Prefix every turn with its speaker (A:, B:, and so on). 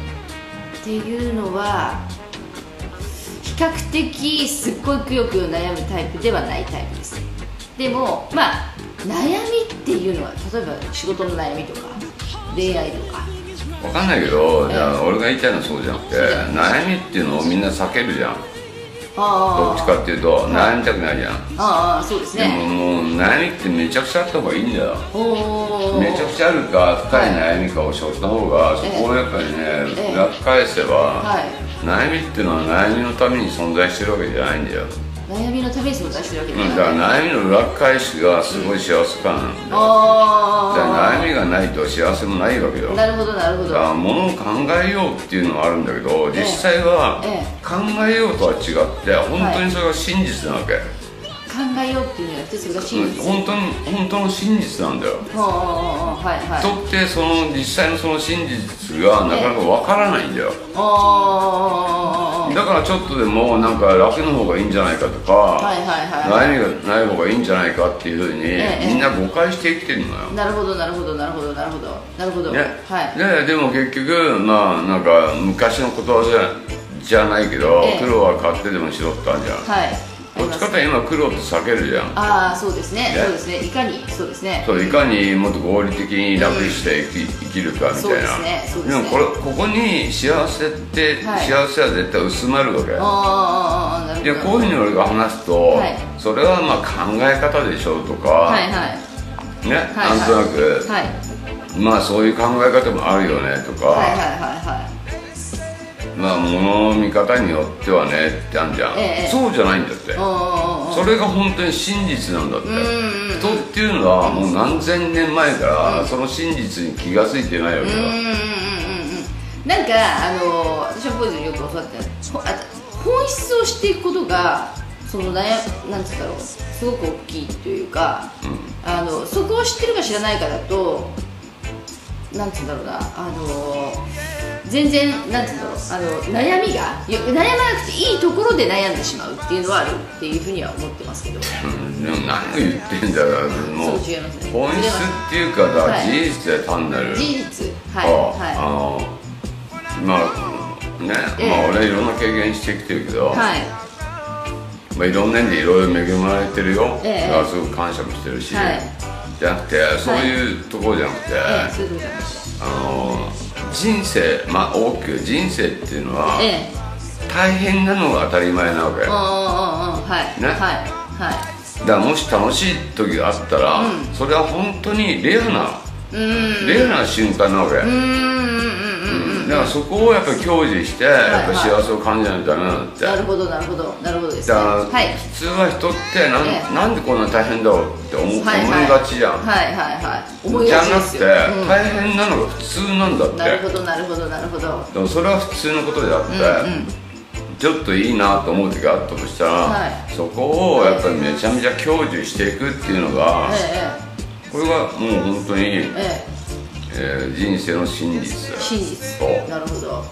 A: っていうのは比較的すっごいくよくよ悩むタイプではないタイプですねでもまあ悩みっていうのは例えば仕事の悩みとか恋愛とか
B: 分かんないけどじゃあ俺が言いたいのはそうじゃなくて悩みっていうのをみんな避けるじゃんど
A: あ
B: っち
A: ー
B: かっていうと悩みたくないじゃん
A: あーそうです
B: でも
A: ね
B: もう悩みってめちゃくちゃあった方がいいんだよ
A: おお
B: めちゃくちゃあるか深い悩みかを生じた方がそこをやっぱり
A: ええ
B: ね裏返せば
A: はい
B: 悩みっていうのは悩みのために存在してるわけじゃないんだよ
A: 悩みのために存在してるわけ
B: う
A: では
B: んだか
A: ない
B: ら悩みの裏返しがすごい幸せ感なんだよ
A: あ
B: じゃあ
A: あ
B: 悩みがないと幸せもないわけよ
A: なるほどなるほ
B: だ
A: ど
B: から物を考えようっていうのはあるんだけど実際は
A: ええ
B: 考えようとは違って本当にそれが真実なわけ、
A: 考えようっていうのが一つが真
B: うん
A: 実
B: 本当に本当の真実なんだよ
A: ほうほうほうほうはいはい
B: 人ってその実際のその真実がなかなかわからないんだよ
A: あー
B: だからちょっとでもなんか楽の方がいいんじゃないかとか、
A: はいはいは
B: 悩みがない方がいいんじゃないかっていうふうに、
A: ええ
B: みんな誤解して生きてるのよ
A: いなるほどなるほどなるほどなるほどなるほど、
B: ね
A: はい
B: ででも結局まあなんか昔のことわざじゃないけど、
A: ええ
B: 苦労は買ってでもしろってあるじゃん、
A: はい
B: こっちかって今苦労って避けるじゃん
A: ああそうですね
B: ね
A: そうですねいかにそうですね
B: そういかにもっと合理的に楽して生き,、生きるかみたいな
A: そうですねそうですね
B: もこれここに幸せって、
A: はい
B: 幸せは絶対薄まるわけ
A: あーあーあーなるほ
B: い
A: ど
B: やこういうふうに俺が話すと、
A: はい
B: それはまあ考え方でしょうとか、
A: はいはい
B: ね、
A: はい
B: なんとなく、
A: はい
B: まあそういう考え方もあるよねとか、
A: はいはいはいはい
B: まあ物の見方によってはねってあるじゃん、
A: ええ
B: そうじゃないんだって
A: あ
B: それが本当に真実なんだって人っていうのはもう何千年前からその真実に気が付いてないわけ
A: ーうんうんう
B: よ
A: んうんうんなんかあのー私はポイズンよく教わってほあ本質を知っていくことがその悩なんつうんだろうすごく大きいというか、あのそこを知ってるか知らないかだとなんつうんだろうなあの全然なんつうんだろうあの悩みがいや悩まなくていいところで悩んでしまうっていうのはあるっていうふうには思ってますけど
B: うんでも何を言ってんだよもう
A: そう違いますね
B: 本質っていうかだから
A: はい
B: 事実で単なる、
A: 事実
B: あ
A: はい
B: あ
A: は
B: のまあね、
A: ええ
B: まあ俺いろんな経験してきてるけど、
A: いはい
B: まあ、いろんな意味でいろいろ恵まれてるよ、
A: ええ
B: だからすごく感謝もしてるし、
A: はい
B: じゃなくてそういうところじゃなくて、
A: ええそういうことなんです
B: あの人生まあ大きく人生っていうのは
A: ええ
B: 大変なのが当たり前なわけ
A: うん
B: だ
A: うん
B: か
A: うんうんはい
B: ね
A: はいは
B: らもし楽しい時があったら、
A: う
B: それは本当にレアな、
A: いうん
B: レアな瞬間なわけ、
A: うんうんうんうん
B: だからそこをやっぱり享受して、
A: いはい
B: やっぱ幸せを感じないとダメなんだって
A: なるほどなるほどなるほどです
B: だ
A: ね
B: か
A: は
B: ら、
A: い
B: 普通は人ってなん,、
A: ええ
B: なんでこんな大変だろうって思,、
A: はい
B: 思いがちじゃん、
A: はいはいはい思い
B: じゃ
A: がちで
B: なく
A: す
B: て、
A: ようん
B: 大変なのが普通なんだって
A: なるほどなるほどなるほど
B: でもそれは普通のことであって、ちょっといいなと思う時があったとしたら、
A: は
B: そこをやっぱりめちゃめちゃ享受していくっていうのが、
A: ええ
B: これがもう本当に、
A: えええ
B: えー人生の真実
A: 真実
B: そう
A: なるほど